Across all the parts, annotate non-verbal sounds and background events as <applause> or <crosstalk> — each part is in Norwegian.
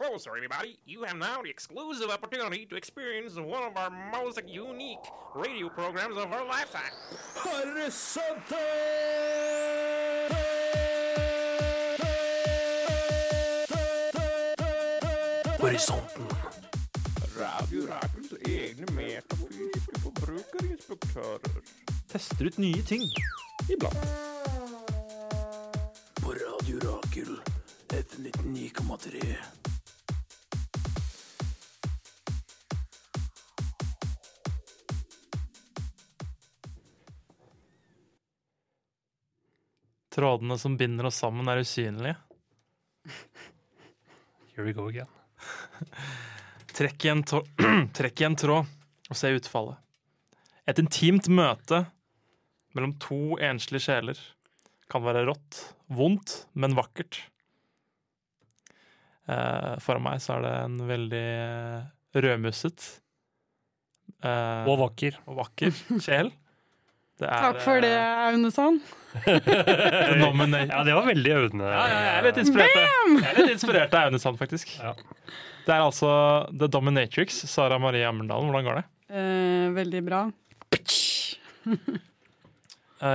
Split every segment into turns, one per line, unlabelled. closer, everybody. You have now the exclusive opportunity to experience one of our most unique radio programs of our lifetime.
Horisonte!
Horisonten.
Radio Rakels egne metafysiske forbrukerinspektører.
Tester ut nye ting.
Iblant.
På Radio Rakel. F99,3.
Trådene som binder oss sammen, er usynlige.
Here we go again.
Trekk i en, tå- <clears throat> trekk i en tråd og se utfallet. Et intimt møte mellom to enslige sjeler kan være rått, vondt, men vakkert. Eh, foran meg så er det en veldig eh, rødmusset eh,
Og
<laughs>
vakker.
og vakker sjel. Det er,
Takk for det,
eh,
Aune Sand.
The Nominate.
Ja, det var veldig øvende.
Ja, ja, jeg er litt inspirert. jeg. Jeg er litt inspirert av Aune Sand, faktisk.
Ja.
Det er altså The Dominatrix, Sara Marie Ammerdalen. Hvordan går det?
Eh, veldig bra.
Jeg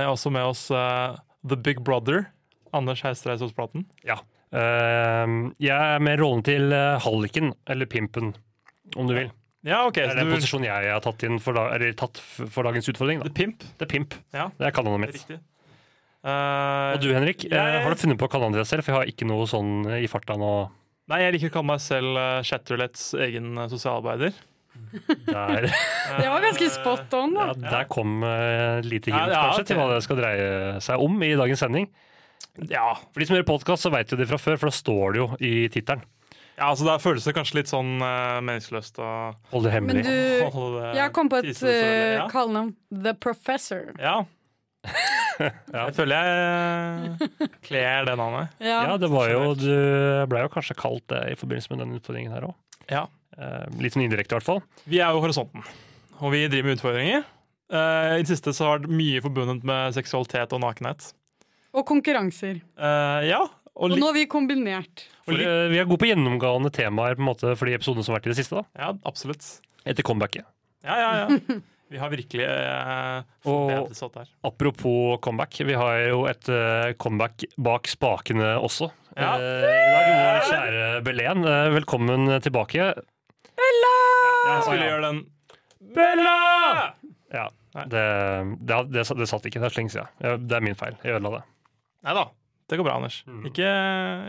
er også med oss eh, The Big Brother, Anders Heistreis Osplaten.
Ehm, jeg er med rollen til eh, halliken, eller pimpen, om du vil.
Ja, OK.
Det
Så
er den
du,
posisjonen jeg har tatt, inn for, da, eller tatt f- for dagens utfordring.
The
Da.
Pimp.
Det er pimp.
Ja.
Det er kallenavnet mitt.
Riktig. Eh,
Og du, Henrik, eh,
Jeg-
har du funnet på kallenavnet deg selv? For jeg har ikke noe sånn i farta nå.
Nei, jeg liker å kalle meg selv uh, Chatterlets egen eh, sosialarbeider. <laughs>
Der,
Det var ganske spot on, da.
ja, der kom eh, lite
Ja,
hint,
ja,
kanskje, til
det-
hva det skal dreie seg om i dagens sending.
Ja.
For de som hører podkast, så veit jo det fra før, for da står det jo i tittelen.
ja, altså Da føles det kanskje litt sånn eh, meningsløst å
Hold det
Men
hemmelig.
du,
<laughs> holde det
jeg kom på
tise
et eh,
det så veldig.
uh,
Ja.
kallenavn. The Professor.
Ja.
<laughs>
Jeg føler jeg
<laughs>
eh, kler det navnet.
Ja,
Ja.
det var jo, du ble jo kanskje kalt det i forbindelse med den utfordringen her òg.
Ja.
Litt sånn indirekte, i hvert fall.
Vi er jo Horisonten, og vi driver med utfordringer. Eh, I det siste så har det vært mye forbundet med seksualitet og nakenhet.
Og konkurranser.
Eh, ja, og
Og
litt
nå har vi kombinert.
For, eh, vi er gode på gjennomgående temaer på en måte, for de episodene som har vært i det siste. da.
Ja, absolutt.
Etter comebacket.
Ja, ja,
<laughs>
ja. Vi har virkelig eh,
Og-
forbedret oss der.
Apropos comeback, vi har jo et eh, comeback bak spakene også.
Ja.
Eh, I dag, vår kjære Belén, eh, velkommen tilbake.
Jeg skulle gjøre den Bella!
Ja, det, det, det, det satt ikke, det er så lenge siden. Ja, Det er min feil, jeg ødela det.
Nei da, det går bra, Anders.
Mm.
Ikke,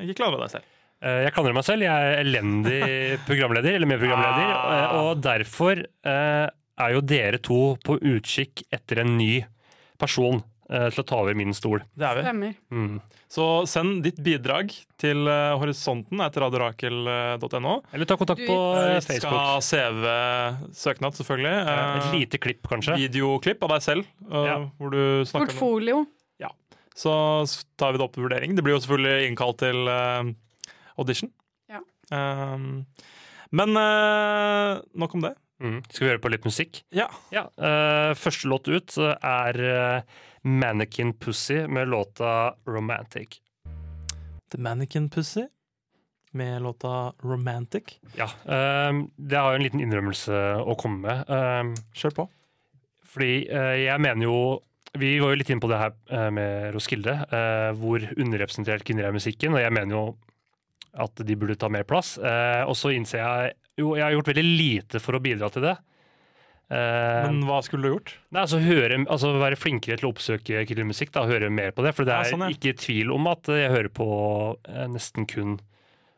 ikke klandre deg selv.
Eh, Jeg klandrer meg selv. Jeg er
<laughs>
elendig programleder, eller medprogramleder.
Ah.
eh, Og derfor eh, er jo dere to på utkikk etter en ny person eh, til å ta over min stol.
Det er vi.
Stemmer.
Mm.
Så send ditt bidrag til eh, horisonten etter eh, radiorakel.no.
Eller ta kontakt
Du-
på eh,
Vi skal ha
Facebook.
CV-søknad, selvfølgelig.
Eh, Et
Eh,
lite klipp, kanskje.
videoklipp av deg selv, eh,
Ja.
hvor du snakker om
Portfolio.
Så s- tar vi det opp til vurdering. Det blir jo selvfølgelig innkalt til eh, audition.
Ja.
Um, men eh, nok om det.
Mm. Skal vi høre på litt musikk?
Ja.
Ja. eh, Første låt ut eh, er eh, Mannequin Pussy med låta Romantic.
The Mannequin Pussy med låta Romantic.
Ja, eh, Det har jo en liten innrømmelse å komme med. Eh,
Kjør på.
Fordi eh, jeg mener jo Vi var jo litt inne på det her eh, med Roskilde, eh, hvor underrepresentert kvinner er i musikken. Og jeg mener jo at de burde ta mer plass. Eh, og så innser jeg Jo, jeg har gjort veldig lite for å bidra til det. Eh,
Men hva skulle du gjort?
nei, altså, høre, altså være flinkere til å oppsøke kvinnemusikk, da, høre mer på det. For det
Ja,
er
sånn, ja.
ikke tvil om at jeg hører på eh, nesten kun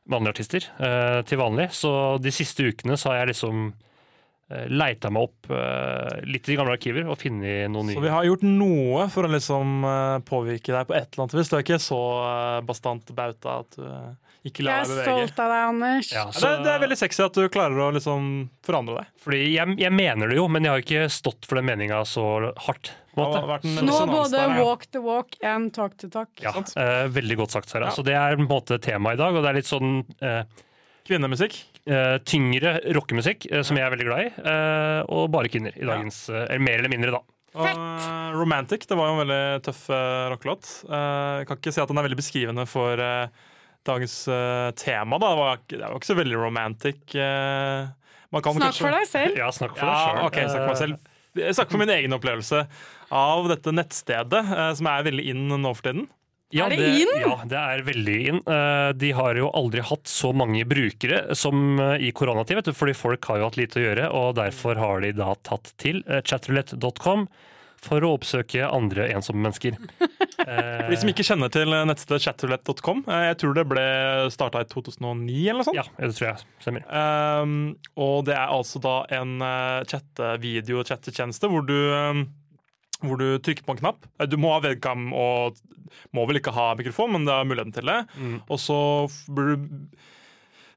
vanlige artister eh, til vanlig. Så de siste ukene så har jeg liksom eh, leita meg opp eh, litt i gamle arkiver og funnet noen
Så
nye.
vi har gjort noe for å liksom eh, påvirke deg på et eller annet vis. Du er ikke så eh, bastant bauta at du eh, ikke
Jeg
lar
er
deg bevege.
stolt av deg, Anders.
Ja,
Ja, det, det er veldig sexy at du klarer å liksom forandre deg.
Fordi jeg, jeg mener det jo, men jeg har ikke stått for den meninga så hardt. På en
Det
måte.
har vært en
Nå
dissonans
både
der, ja.
walk the walk and talk the talk.
Ja,
sant?
eh, veldig godt sagt, Sara.
Ja.
Så det er på en måte temaet i dag, og det er litt sånn eh,
Kvinnemusikk.
eh, tyngre rockemusikk, eh, som jeg er veldig glad i, eh, og bare kvinner i dagens eh, Eller mer eller mindre, da.
Og eh, Romantic det var jo en veldig tøff eh, rockelåt. Eh, jeg kan ikke si at den er veldig beskrivende for eh, dagens eh, tema, da. Det var, ikke- det var ikke så veldig romantic. eh. man kan
Snakk
kanskje-
for deg selv.
<laughs> Ja, snakk for
Ja, ok,
deg Eh,
jeg
sjøl.
snakker for meg selv. Jeg snakker for min egen opplevelse av dette nettstedet, eh, som er veldig in nå for tiden.
Ja,
Er det inn?
Ja, det er veldig inn. Eh, De har jo aldri hatt så mange brukere som eh, i koronatid, vet du, fordi folk har jo hatt lite å gjøre, og derfor har de da tatt til eh, chatroulette.com for å oppsøke andre ensomme
<laughs>
mennesker.
For de som ikke kjenner til eh, nettstedet chatroulette.com, eh, jeg tror det ble starta i 2009 eller noe sånt.
Ja, det tror jeg stemmer.
Um, og det er altså da en uh, chattevideo- og chattetjeneste hvor du um, hvor du trykker på en knapp. Eh, Du må ha webcam og må vel ikke ha mikrofon, men det er muligheten til det. Og så f- blir du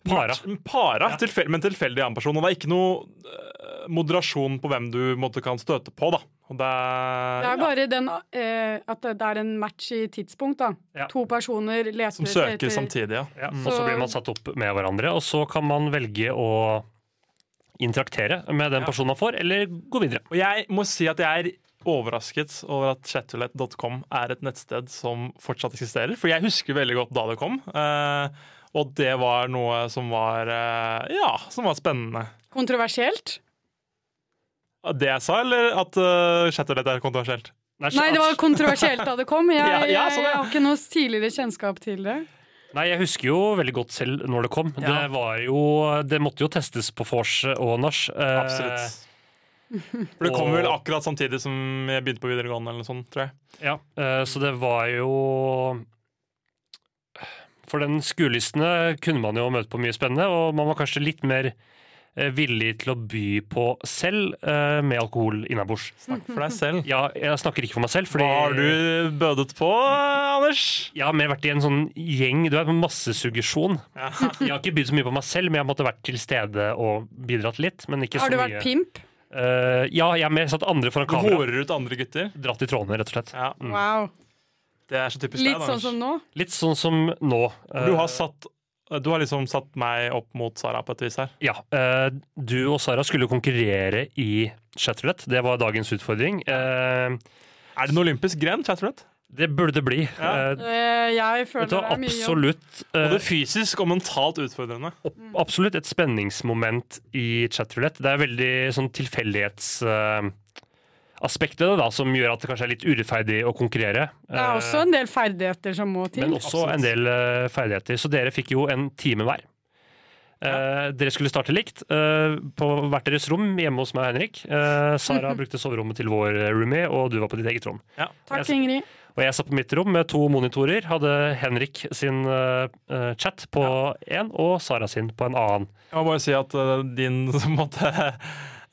Para.
para tilfell, men tilfeldig annen person. Og det er ikke noe eh, moderasjon på hvem du måtte kan støte på, da. Og det er,
Det er bare den eh, at det er en match i tidspunkt, da.
Ja.
To personer leter
som søker
etter
samtidig, ja.
Ja, og så
Så-
blir man satt opp med hverandre, og så kan man velge å interaktere med den personen man får, eller gå videre.
Og jeg må si at jeg er overrasket over at chatroulette.com er et nettsted som fortsatt eksisterer. For jeg husker veldig godt da det kom. eh, og det var noe som var eh, Ja, som var spennende.
Kontroversielt?
Det jeg sa, eller at uh, chatroulette er kontroversielt?
Nei, det var kontroversielt da det kom. Jeg,
Ja,
jeg,
ja, sånn, ja.
har ikke noe tidligere kjennskap til det.
Nei, jeg husker jo veldig godt selv når det kom. Det
Ja.
var jo Det måtte jo testes på vors og nach. Eh,
Absolutt. Eh, For det kom
og-
vel akkurat samtidig som jeg begynte på videregående, eller noe sånt, tror jeg.
Ja, eh, så det var jo For den skuelystne kunne man jo møte på mye spennende, og man var kanskje litt mer eh, villig til å by på selv eh, med alkohol innabords.
Snakk for deg selv.
Ja, jeg snakker ikke for meg selv, fordi
Hva har du bødet på, Anders?
Jeg har mer vært i en sånn gjeng. Du er på massesuggesjon. Jeg har ikke bydd så mye på meg selv, men jeg har måtte vært til stede og bidratt litt. Men ikke
Har du
så
vært
mye.
pimp?
Eh, ja, jeg har mer satt andre foran
Du
kamera.
horer ut andre gutter.
Dratt i trådene, rett og slett.
Ja, mm.
Wow.
Det er så typisk deg,
Litt
da,
sånn
Anders.
som nå?
Litt sånn som nå. Eh,
Du har, satt, du har liksom satt meg opp mot Sara på et vis her.
Ja, eh, du og Sara skulle konkurrere i chatroulette. Det var dagens utfordring. Eh,
Er det en olympisk gren? chatroulette?
det burde det bli.
Ja.
Eh,
Eh, Jeg føler
dette
det
var
er mye jobb.
absolutt, eh,
Både fysisk og mentalt utfordrende.
opp- absolutt et spenningsmoment i chatroulette. Det er veldig sånn tilfeldighetsaspekt ved det, da, som gjør at det kanskje er litt urettferdig å konkurrere.
Det er også en del ferdigheter som må
eh, Men
til.
også
Absolutt.
en del eh, ferdigheter. Så dere fikk jo en time hver. Eh, dere skulle starte likt eh, på hvert deres rom hjemme hos meg og Henrik. Eh,
<laughs>
Sara brukte soverommet til vår roomie, og du var på ditt eget rom.
Takk, Ingrid.
Og jeg satt på mitt rom med to monitorer. Hadde Henrik sin eh, eh, chat på én, og Sara sin på en annen.
Jeg må bare si at eh, din <laughs> på en måte,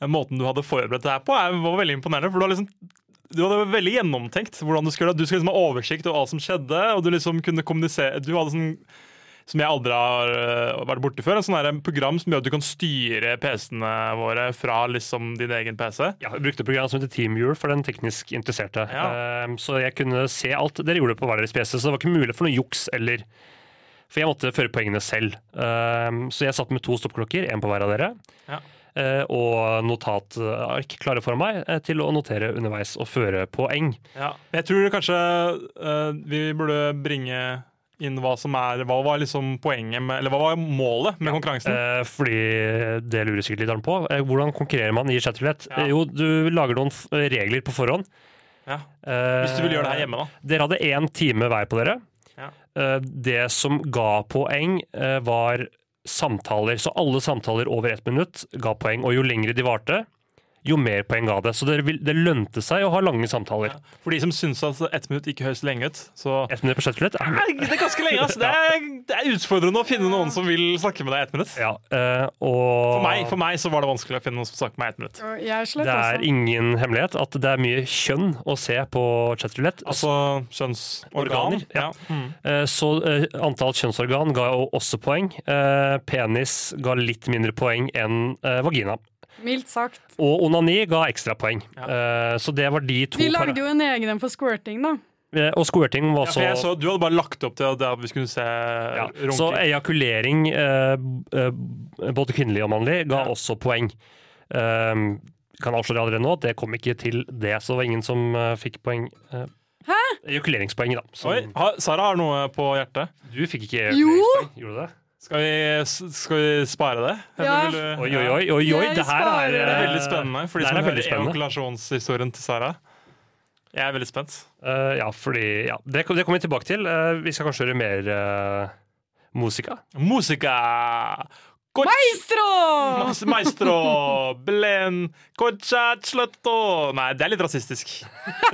Måten du hadde forberedt deg her på, er- var veldig imponerende. For du, har liksom, du hadde veldig gjennomtenkt hvordan du skulle Du skulle liksom ha oversikt over alt som skjedde, og du liksom kunne kommunisere Du hadde sånn som jeg aldri har eh, vært borti før. En sånn her program som gjør at du kan styre PC-ene våre fra liksom din egen PC.
Ja, jeg brukte et program som heter TeamViewer for den teknisk interesserte.
Ja.
Eh, så jeg kunne se alt dere gjorde på hver deres PC, så det var ikke mulig for noe juks eller For jeg måtte føre poengene selv. Eh, så jeg satt med to stoppklokker, én på hver av dere,
Ja.
eh, og notatark klare for meg eh, til å notere underveis og føre poeng.
Ja, men jeg tror kanskje eh, vi burde bringe inn hva som er Hva var liksom poenget med Eller hva var målet med konkurransen?
Eh, fordi det lurer sikkert litt på. Eh, hvordan konkurrerer man i chatroulette?
Ja.
Eh, jo, du lager noen f regler på forhånd.
Ja.
Eh,
Hvis du vil gjøre det her hjemme, da.
Dere hadde én time hver på dere.
Ja.
Eh, Det som ga poeng, eh, var samtaler. Så alle samtaler over ett minutt ga poeng. Og jo lengre de varte, jo mer poeng ga det. Så det, vil, det lønte seg å ha lange samtaler.
For de som syns at ett minutt ikke høres lenge ut, så
Ett minutt på chatroulette er
Nei, Det er ganske lenge, ass. Det <laughs> er, det er utfordrende å finne noen som vil snakke med deg i ett minutt.
ja, eh, og
For meg, for meg så var det vanskelig å finne noen som snakker med meg i ett minutt.
Og Jeg slett
det er
også.
ingen hemmelighet at det er mye kjønn å se på chatroulette.
Altså kjønnsorgan.
Organer, ja.
Mm.
Eh, Så eh, antall kjønnsorgan ga jo også poeng. Eh, Penis ga litt mindre poeng enn eh, vagina.
Mildt sagt.
Og onani ga ekstrapoeng. Eh, så det var de to
Vi
para-
lagde jo en egen en for squirting, da.
Eh, Og squirting var
Ja,
så
for jeg så, du hadde bare lagt opp til at det- vi skulle se
ja. Så
runking.
ejakulering, eh, b- eh, både kvinnelig og mannlig, ga
Ja.
også poeng. Um, kan avsløre allerede nå at det kom ikke til det, så det var ingen som eh, fikk poeng. eh, Reguleringspoeng, da. Så
Oi, har, Sara har noe på hjertet.
du fikk ikke
Jo!
reguleringspoeng, gjorde du det?
Skal vi, skal vi spare det?
Ja.
vil du-
Oi, oi, oi, oi, oi.
Jeg
det her er
sparer
eh,
det.
Det er veldig spennende for de
Det her
som
er
hører
veldig spennende.
evokalasjonshistorien til Sara. Jeg er veldig spent.
Eh, ja, fordi ja, det, kom- det kommer vi tilbake til. Eh, vi skal kanskje høre mer uh, musika.
Musica!
Maestro!
Mas- Maestro! Blen! Kochatlotto! Nei, det er litt rasistisk.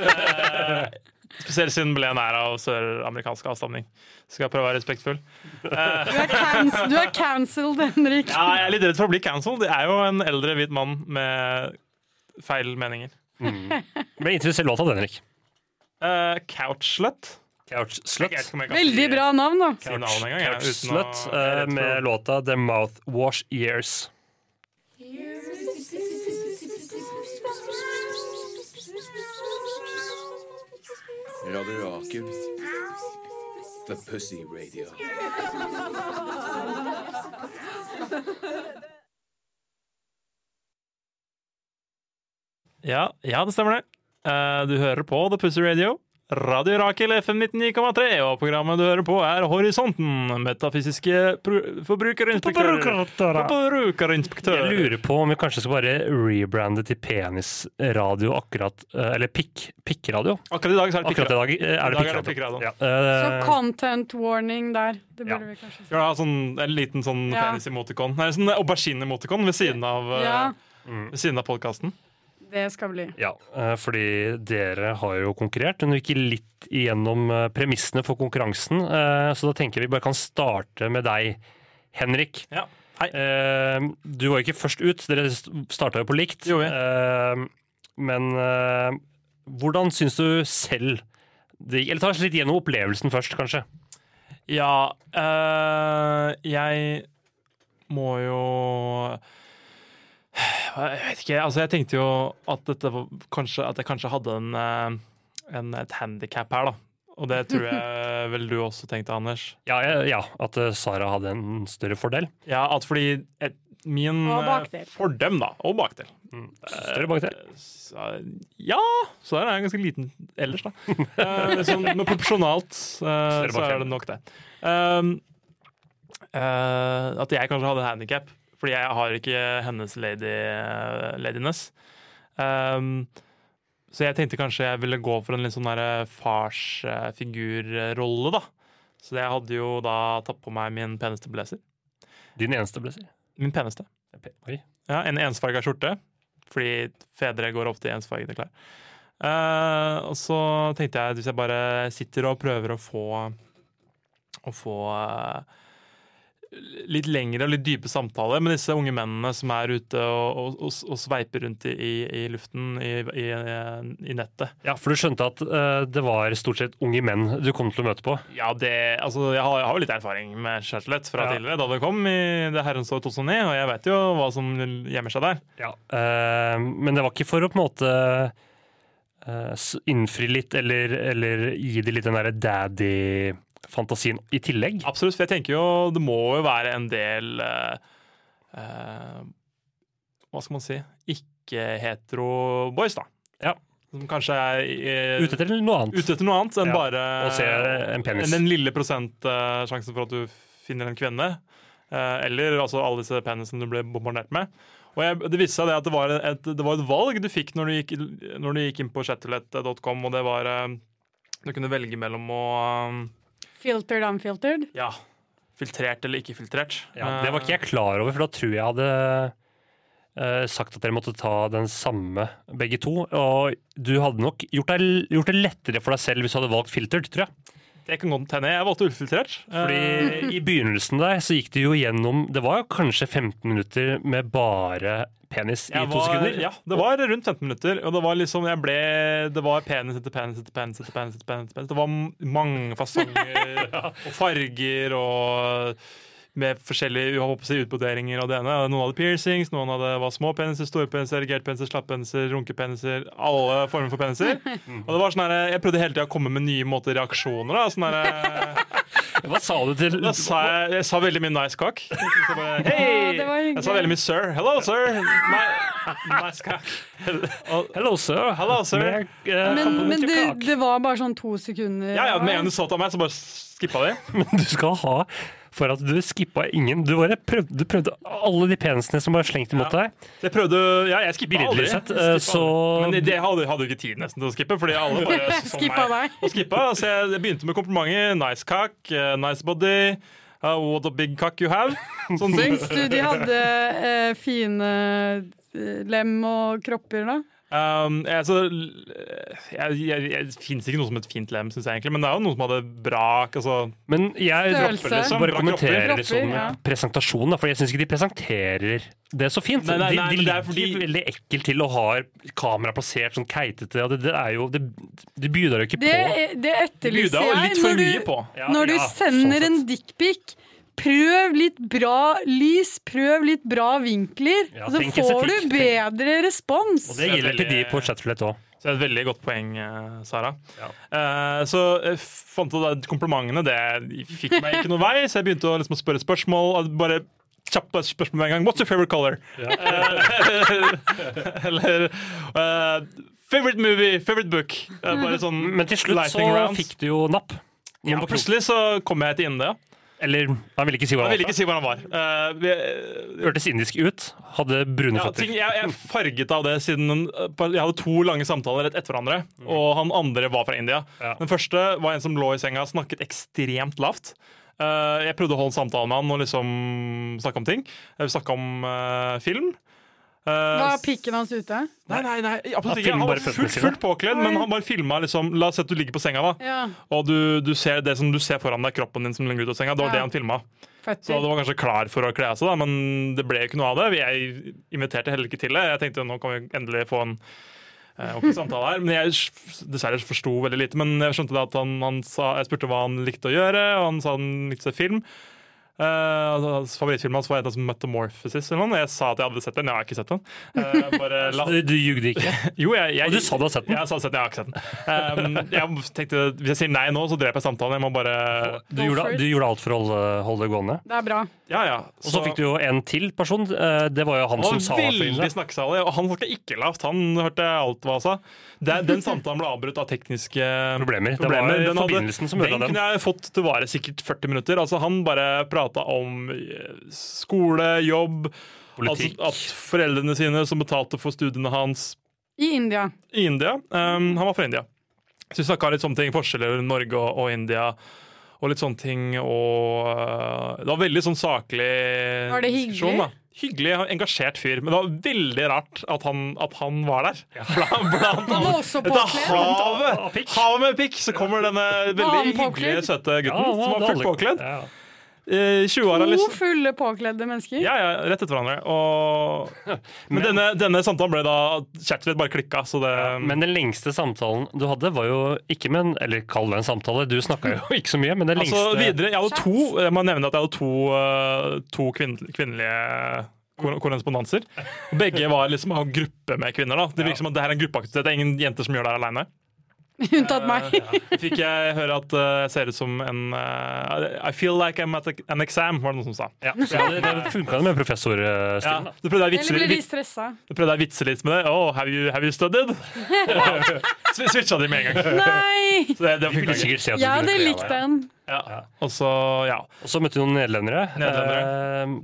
Eh, Spesielt siden Blen er av søramerikansk avstamning. Skal jeg prøve å være respektfull.
Du er, cance- du er cancelled, Henrik.
Ja, jeg er litt redd for å bli cancelled. Det er jo en eldre hvit mann med feil meninger.
Ble interessert i låta, Henrik.
Uh, Couchlet?
Couch
Jeg vet
Slut.
ikke om jeg kan si-
Veldig bra navn, da.
si navnet engang. jeg,
Couch
uten å-
Slut
jeg er
eh,
redd for å-
med låta The Mouthwash Years.
Radio Rakel. The Pussy Radio.
Ja, ja, det stemmer det. Eh, du hører på The Pussy Radio. Radio Rakel FM 99,3, og programmet du hører på er Horisonten. Metafysiske pro- forbrukerinspektører.
Jeg
Forbrukerinspektører.
lurer på om vi kanskje skal bare rebrande til penisradio akkurat eh, Eller pikk, pikkradio.
Akkurat i dag så er det
Akkurat i
pikk.
dag eh, er
dag er
det
det
pikkradio.
pikkradio.
Ja.
Så
eh,
content warning der. Det burde
Ja.
vi kanskje
Skal du ha sånn, en liten sånn
Ja.
penis-emotikon? Nei, sånn aubergine-emotikon ved siden av, eh,
Ja,
ved siden av podkasten.
det skal bli.
ja, eh, fordi dere har jo konkurrert. Hun gikk litt igjennom eh, premissene for konkurransen, eh, så da tenker jeg vi bare kan starte med deg, Henrik.
Ja. Hei.
Eh, Du var jo ikke først ut, dere starta jo på likt.
Jo,
Eh, Men eh, hvordan syns du selv det gikk? Eller ta oss litt gjennom opplevelsen først, kanskje.
Ja, øh, jeg må jo Jeg vet ikke. Altså, jeg tenkte jo at, dette var kanskje, at jeg kanskje hadde en, øh, en, et handikap her, da. Og det tror
<laughs>
jeg vel du også tenkte, Anders.
Ja, jeg- ja at eh, Sara hadde en større fordel.
Ja, at fordi et, min
Og bakdel.
øh, fordøm, da, og bakdel
Større bakdel.
så, Ja! Så der er jeg ganske liten ellers, da. Eh, sånn, men proporsjonalt eh,
Større
så
bakgrunn.
er det nok det. Um, eh, at jeg kanskje hadde handikap, fordi jeg har ikke hennes lady, ladiness. Um, så jeg tenkte kanskje jeg ville gå for en litt sånn derre farsfigurrolle, eh, da. Så jeg hadde jo da tatt på meg min peneste blazer.
Din eneste blazer.
Min peneste.
Oi.
Ja, en ensfarga skjorte, fordi fedre går ofte i ensfargede klær. Eh, og så tenkte jeg at hvis jeg bare sitter og prøver å få Å få eh, litt lengre og litt dype samtaler med disse unge mennene som er ute og, og, og, og sveiper rundt i, i- i luften, i, i, i nettet.
Ja, for du skjønte at eh, det var stort sett unge menn du kom til å møte på.
Ja, det, altså, jeg, har, jeg har jo litt erfaring med Chatelet fra
Ja.
tidligere, da det kom i det herrens år 2009, og jeg vet jo hva som gjemmer seg der.
Ja. eh, men det var ikke for å på en måte eh, s- innfri litt, eller, eller gi dem litt den derre daddy-fantasien i tillegg.
Absolutt, for jeg tenker jo det må jo være en del eh, eh, Hva skal man si Ikke-hetero boys, da.
Ja.
Som kanskje er eh,
Ute etter noe annet.
ute etter noe annet enn
Ja,
bare
å se en penis.
enn Den lille prosentsjansen for at du finner en kvinne. eh, eller altså alle disse penisene du ble bombardert med. Og jeg, det viste seg det at det var et, det var et valg du fikk når du gikk, når du gikk inn på chatterlett.com, og det var eh, Du kunne velge mellom å eh,
Filtered, unfiltered.
ja. Filtrert eller ikke filtrert.
Ja, det var ikke jeg klar over, for da tror jeg jeg hadde eh, sagt at dere måtte ta den samme, begge to. Og du hadde nok gjort, deg, gjort det lettere for deg selv hvis du hadde valgt filtert, tror jeg.
Eh, Jeg kan godt hende. Jeg valgte ufiltrert. Eh,
Fordi i begynnelsen der så gikk det jo gjennom Det var jo kanskje 15 minutter med bare penis i
jeg
to
var-
sekunder.
Ja, det var rundt 15 minutter. Og det var liksom, jeg ble Det var penis etter penis etter penis etter penis. etter penis, etter penis. Det var mange
<laughs>
fasonger og farger og med forskjellige jeg håper å si, utbroderinger av det ene. Noen hadde piercings, noen hadde var små peniser, store peniser, erigert peniser, slapp peniser, runkepeniser. Alle former for
<laughs>
peniser. Og det var sånn her, Jeg prøvde hele tida å komme med nye måter reaksjoner. da, sånn her,
<laughs> Hva sa du til
Da sa jeg, jeg sa veldig mye 'nice cock'. Så bare,
Ja,
hey!
det var hyggelig.
Jeg sa veldig mye 'sir'. Hello, sir. Ni- Nice cock.
Hello, sir.
Hello, sir.
Med, eh,
Men,
company
men
to
det,
cock. <laughs>
det var bare sånn to sekunder.
Ja, ja, Med en du
<laughs>
så til meg, så bare skippa vi.
Men du skal ha for at du skippa ingen. Du bare prøvde, du prøvde alle de penisene som var slengt imot deg.
Så jeg prøvde Ja, jeg skippa aldri.
Billedlig sett,
Jeg
eh,
skippet
så-
aldri. Men det hadde, hadde jo ikke tid nesten til å skippe, fordi alle
<laughs>
bare så
Skippa
meg.
deg.
Og skippa, så jeg, jeg begynte med komplimenter. Nice cock, eh, nice body, uh, what a big cock you have. Sånne ting.
Syns du de hadde eh, fine eh, lem og kropper, da?
Um, jeg, så, eh, jeg, jeg, jeg det finnes ikke noe som et fint lem, synes jeg egentlig, men det er jo noen som hadde brak. Altså,
Men jeg
Størrelse.
liksom, bare
Bra
kommenterer
kropper.
liksom,
Kropper, ja.
presentasjonen, da, for jeg syns ikke de presenterer det så fint.
Nei, nei, nei,
de de
men det er
ligger
fordi-
veldig ekkelt til og har kamera plassert sånn keitete. og Det, det er jo, det, de byr jo ikke
Det,
på.
det
Lyda
etterlyser
var
jeg.
litt for
når du-
mye på.
Ja,
Når du
ja,
sender
sånn
en
sett.
dickpic, prøv litt bra lys, prøv litt bra vinkler,
Ja,
og så
tenk
får
estetikk,
du
tenk.
bedre respons.
Og det gjelder til de på chatflett òg.
Så det er et veldig godt poeng, eh, Sara.
Ja.
Eh, så jeg fant ut at komplimentene det fikk meg ikke noe vei, så jeg begynte å liksom spørre spørsmål. og Bare kjapt et spørsmål med en gang. What's your favorite color? Eh, <laughs> eller eh, Favorite movie, favorite book. Eh, bare sånn
Men til slutt så
lightning rounds.
fikk du jo napp.
ja,
Noen på kroken.
Plutselig så kom jeg til India.
Eller han ville ikke si hva
Jeg
han
ville
var.
ikke si hvor han var. Eh, vi-
fra. Hørtes indisk ut. Hadde brune
Ja,
føtter.
ting, jeg, jeg farget av det siden eh, på- jeg hadde to lange samtaler rett etter hverandre. Og han andre var fra India.
Mm. Ja.
Den første var en som lå i senga og snakket ekstremt lavt. Eh, jeg prøvde å holde samtalen med han og liksom snakke om ting. Eh, Vi snakka om eh, film. Eh,
Var
s-
pikken hans ute?
Nei, nei, nei, absolutt
Ja,
ikke.
film
Han
bare
var
føttene
fullt,
sine.
fullt påkledd, men han bare filma liksom La oss si at du ligger på senga, da.
Ja,
Og du, du ser det som du ser foran deg, kroppen din som ligger ut av senga. Det var
Ja.
det han filma. Så det
føtter.
var kanskje klar for å kle av seg, da, men det ble jo ikke noe av det. Jeg inviterte heller ikke til det. Jeg tenkte nå kan vi endelig få en eh, ordentlig samtale her. Men jeg s- dessverre forsto veldig lite. Men jeg skjønte det at han, han sa, jeg spurte hva han likte å gjøre, og han sa han likte å se film. Eh, altså, hans favorittfilm hans var en som Metamorphosis. Eller noe. Jeg sa at jeg hadde sett den. Jeg har ikke sett den. Eh, bare
<laughs>
la,
Du, du jugde ikke.
<laughs> jo, jeg, jeg,
Og du sa du hadde sett den.
Jeg, sa jeg hadde sett den. Jeg har ikke sett den. Um, jeg tenkte, Hvis jeg sier nei nå, så dreper jeg samtalen. Jeg må bare
Du
Go
gjorde,
for it.
du gjorde alt for å holde, holde det gående.
Det er bra.
Ja, ja.
Og så fikk du jo en til person. eh, Det var jo han som
Han
sa
var
for
veldig
deg.
snakkesalig, og han snakka ikke lavt. Han hørte alt hva han sa. Det, den samtalen ble avbrutt av tekniske
Problemer. Det var
Den hadde-
forbindelsen som ødela
den.
den.
kunne jeg fått til vare sikkert 40 minutter. Altså, han bare prata om eh, skole, jobb,
Politikk.
At, at foreldrene sine som betalte for studiene hans
I India.
i India um, Han var fra India. Så vi snakka litt sånne ting, forskjeller mellom Norge og, og India. Og litt sånne ting, og eh, Det var veldig sånn saklig
Var det hyggelig?
diskusjon, da. Hyggelig, engasjert fyr. Men det var veldig rart at han, at han var der. Blant, blant
Han var
annet.
også
Dette
påkledd.
Av
havet!
pikk.
Havet med pikk! Så kommer denne
Var
veldig
han
hyggelige,
påkledd?
søte gutten som var fullt påkledd.
Ja.
Eh, 20-åra,
To
liksom.
fulle påkledde mennesker.
Ja, ja, rett etter hverandre. <laughs> Og... Men denne, denne samtalen ble da Chatrett bare klikka, så det
Men den lengste samtalen du hadde, var jo ikke med en Eller kall det en samtale, du snakka jo ikke så mye, men den lengste
Altså videre, jeg hadde to, jeg må nevne at jeg hadde to, eh, to kvinn, kvinnelige kor- korrespondanser. Begge var liksom av gruppe med kvinner. da. Det virker som at det her er en gruppeaktivitet. Det er ingen jenter som gjør det her aleine.
<laughs> Unntatt meg.
Fikk jeg høre at eh, jeg ser ut som en eh, I feel like I'm at an exam, var det noen som sa.
Ja, så det det funka jo med eh,
Ja,
professorstilen. da.
så prøvde jeg å vitse
Eller
litt-
ble de stressa?
så prøvde jeg å vitse litt med det. Oh, have you, have you studied? <laughs> Sw- Switcha de med en gang.
<laughs> <laughs> Nei!
Så det, det
Jeg ville
funka ikke.
sikkert si at du
Jeg
ville
hadde
kle
likt
deg.
den.
Ja. Og så, ja.
Og så møtte du noen nederlendere.
Nederlendere.
Eh,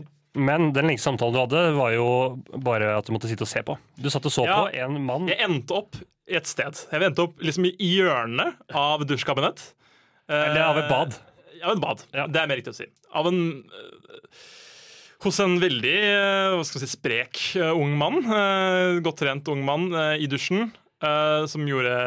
Men den lengste samtalen du hadde, var jo bare at du måtte sitte og se på. Du satt og så
Ja.
på en mann.
Jeg endte opp i et sted. Jeg endte opp liksom i hjørnet av dusjkabinett. Eh,
Eller av et bad.
Av et bad.
Ja.
Det er mer riktig å si. Av en eh, hos en veldig eh, hva skal vi si, sprek eh, ung mann, eh, godt trent ung mann eh, i dusjen, eh, som gjorde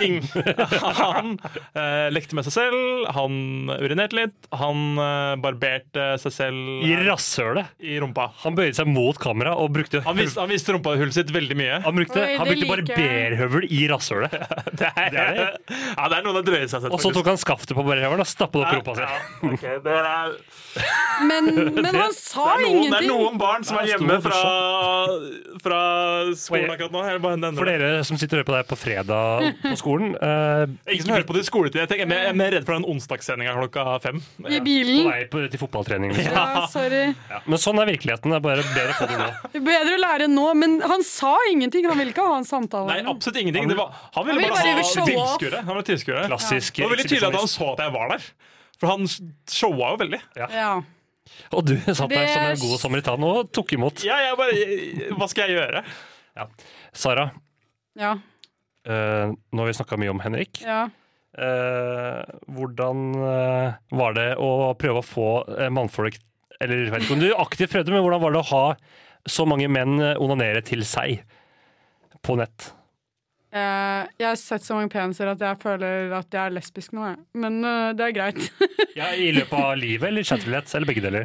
ting. <laughs> Han eh, lekte med seg selv, han urinerte litt, han eh, barberte seg selv
I rasshølet.
i rumpa.
Han bøyde seg mot kamera og brukte
Han viste, han viste rumpehullet sitt veldig mye.
Han brukte,
Oi, det
han brukte
liker jeg.
barberhøvel i rasshølet.
<laughs> Det er,
Det er det.
Ja, det er noe av det drøyeste jeg har sett.
Og så tok han skaftet på barberhøvelen og stappet det opp i rumpa si.
Ja, ok, det, er,
Men, men han
<laughs> det,
sa
er noen, det er
ingenting.
noen barn som
Nei,
er
han sto
hjemme
og
fra, fra skolen akkurat nå. Jeg bare nevner
For
det.
dere som sitter og hører på det her på fredag på skolen. eh,
Ingen som hører på det i skoletid. Jeg, tenker, jeg, er mer- jeg er mer redd for den onsdagssendinga klokka fem.
I
på
bilen.
vei på, til fotballtrening. Liksom.
<laughs> Ja, sorry.
Men sånn er virkeligheten. Det er bare bedre å få det nå.
Det er Bedre å lære nå, men han sa ingenting. Han ville ikke ha en samtale.
Nei,
med meg.
absolutt ingenting. Det var, han ville
Han ville
bare,
bare
ha
show off.
tilskuere. Han ville tilskuere. Det
Klassisk
var veldig tydelig at han
ekshibisjonist.
så at jeg var der. For han showa jo veldig.
ja.
Og du satt der som
Det-
en god samaritan og tok imot.
Ja, jeg bare Hva skal jeg gjøre?
Sara,
ja,
eh, nå har vi snakka mye om Henrik.
ja.
Eh, hvordan eh, var det å prøve å få eh, mannfolk Eller jeg vet ikke om du aktivt prøvde, men hvordan var det å ha så mange menn eh, onanere til seg på nett?
Eh, jeg har sett så mange peniser at jeg føler at jeg er lesbisk nå, jeg. Men eh, det er greit.
<laughs>
Ja, I løpet av livet eller chatroulette? Eller begge deler?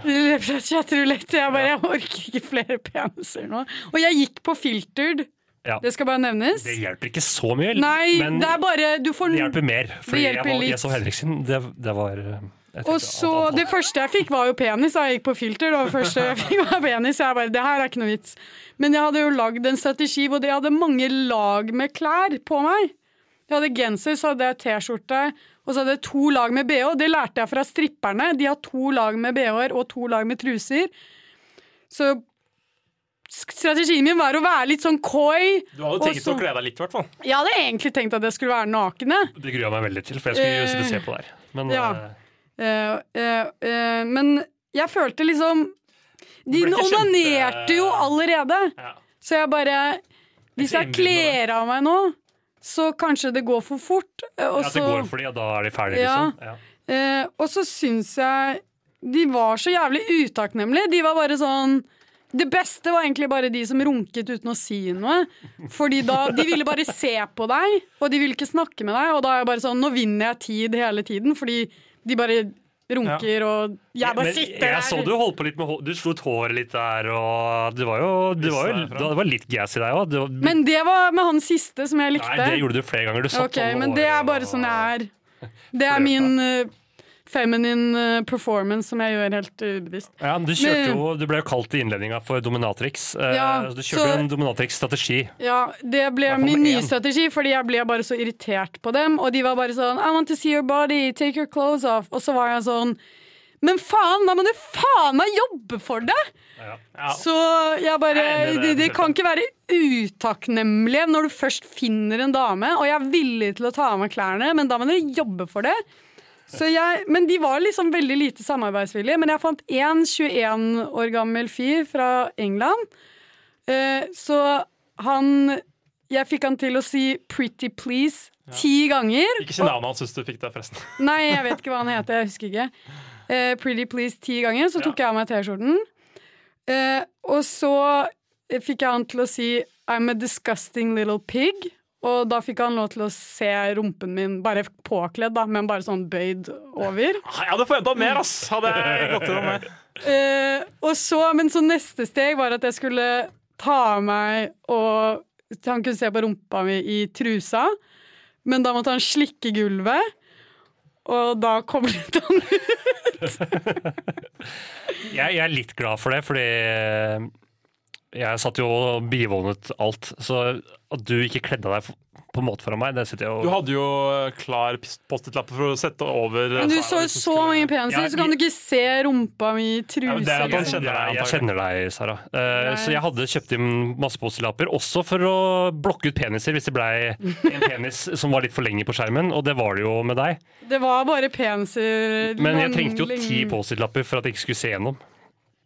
Chatroulette. Jeg bare jeg orker ikke flere peniser nå. Og jeg gikk på filtered.
Ja.
Det skal bare nevnes.
Det hjelper ikke så mye,
Nei,
men
det er bare Du får
det hjelper mer. Fordi
hjelper
jeg, var,
litt.
jeg så Henrik sin, det, det var eh, jeg tenkte,
Og så
alt- alt-
Det første jeg fikk, var jo penis. da. Jeg gikk på filter, og det første jeg fikk var penis. Jeg bare, det her er ikke noe vits. Men jeg hadde jo lagd en strategi hvor jeg hadde mange lag med klær på meg. Jeg hadde genser, så hadde jeg T-skjorte, og så hadde jeg to lag med BH. Det lærte jeg fra stripperne. De har to lag med BH-er og to lag med truser. Så sk- strategien min var å være litt sånn coy.
Du hadde
Og tenkt så- å kle
deg litt, i hvert fall.
Jeg hadde egentlig tenkt at jeg skulle være naken. jeg.
Det gruer jeg meg veldig til, for jeg skulle jo sitte og se på der. Men
ja.
eh,
Eh, eh, eh, men jeg følte liksom De
ble ikke kjempe-
onanerte jo allerede.
Ja.
Så jeg bare Hvis
så
jeg
innbydende,
kler av meg nå, så kanskje det går for fort. eh, Og
at det
så,
går for dem, og da er de ferdige,
Ja.
liksom. Ja.
eh, og så syns jeg De var så jævlig utakknemlige. De var bare sånn det beste var egentlig bare de som runket uten å si noe. Fordi da, De ville bare se på deg, og de ville ikke snakke med deg. Og da er jeg bare sånn, nå vinner jeg tid hele tiden, fordi de bare runker, og jeg bare
Men
sitter
jeg
der.
så du holdt på litt med hår, du slo ut håret litt der, og det var jo, det var jo
Viste deg fram.
det var litt gas i deg òg.
Men det var med han siste som jeg likte.
Nei, det gjorde du flere ganger. Du satt
Ok,
sånn med
men det
håret
er bare
og-
sånn
<laughs>
jeg er. Det er min eh, feminine eh, performance som jeg gjør helt eh, ubevisst.
Ja, men du, kjørte jo, du ble jo kalt i innledninga for dominatrix. Eh,
Ja,
så du
så-
kjørte jo en dominatrix-strategi.
Ja, det ble
Hvertfall
min
med
nye
én.
strategi, fordi jeg ble bare så irritert på dem, og de var bare sånn I want to see your body, take your clothes off. Og så var jeg sånn men faen, da må du faen meg jobbe for det!
Ja.
Så jeg bare
Jeg er enig i
De,
det,
de kan ikke være utakknemlige når du først finner en dame. Og jeg er villig til å ta av meg klærne, men da må dere jobbe for det. Så jeg, men de var liksom veldig lite samarbeidsvillige. Men jeg fant én 21 år gammel fyr fra England. Eh, så han Jeg fikk han til å si 'pretty please' ti ganger.
Ikke si navnet hans hvis du fikk det, forresten.
Nei, jeg vet ikke hva han heter. Jeg husker ikke. Eh, Pretty Please ti ganger, så tok jeg av meg T-skjorten. Eh, og så fikk jeg han til å si I'm a disgusting little pig. Og da fikk han lov til å se rumpen min, bare påkledd, da, men bare sånn bøyd over.
Jeg hadde forventa mer, ass! Hadde jeg gått gjennom det.
Eh, og så, men så neste steg var at jeg skulle ta av meg og Han kunne se på rumpa mi i trusa, men da måtte han slikke gulvet, og da koblet han
Jeg, jeg er litt glad for det, fordi jeg satt jo og bivånet alt. Så at du ikke kledde deg f- på en måte foran meg, det sitter jeg
Du
og
hadde jo eh, klar Post-It-lapp for å sette over eh,
Men du så så mange peniser,
Ja,
så kan du ikke se rumpa mi i truse.
men det er at han
liksom.
kjenner deg,
Jeg- Jeg
antagelig.
kjenner deg, Sara. Eh, så jeg hadde kjøpt inn masse postelapper, også for å blokke ut peniser hvis det blei en penis som var litt for lenge på skjermen, og det var det jo med deg.
Det var bare peniser.
Men jeg
lang-
trengte jo ti
lang-
postelapper for at jeg ikke skulle se gjennom.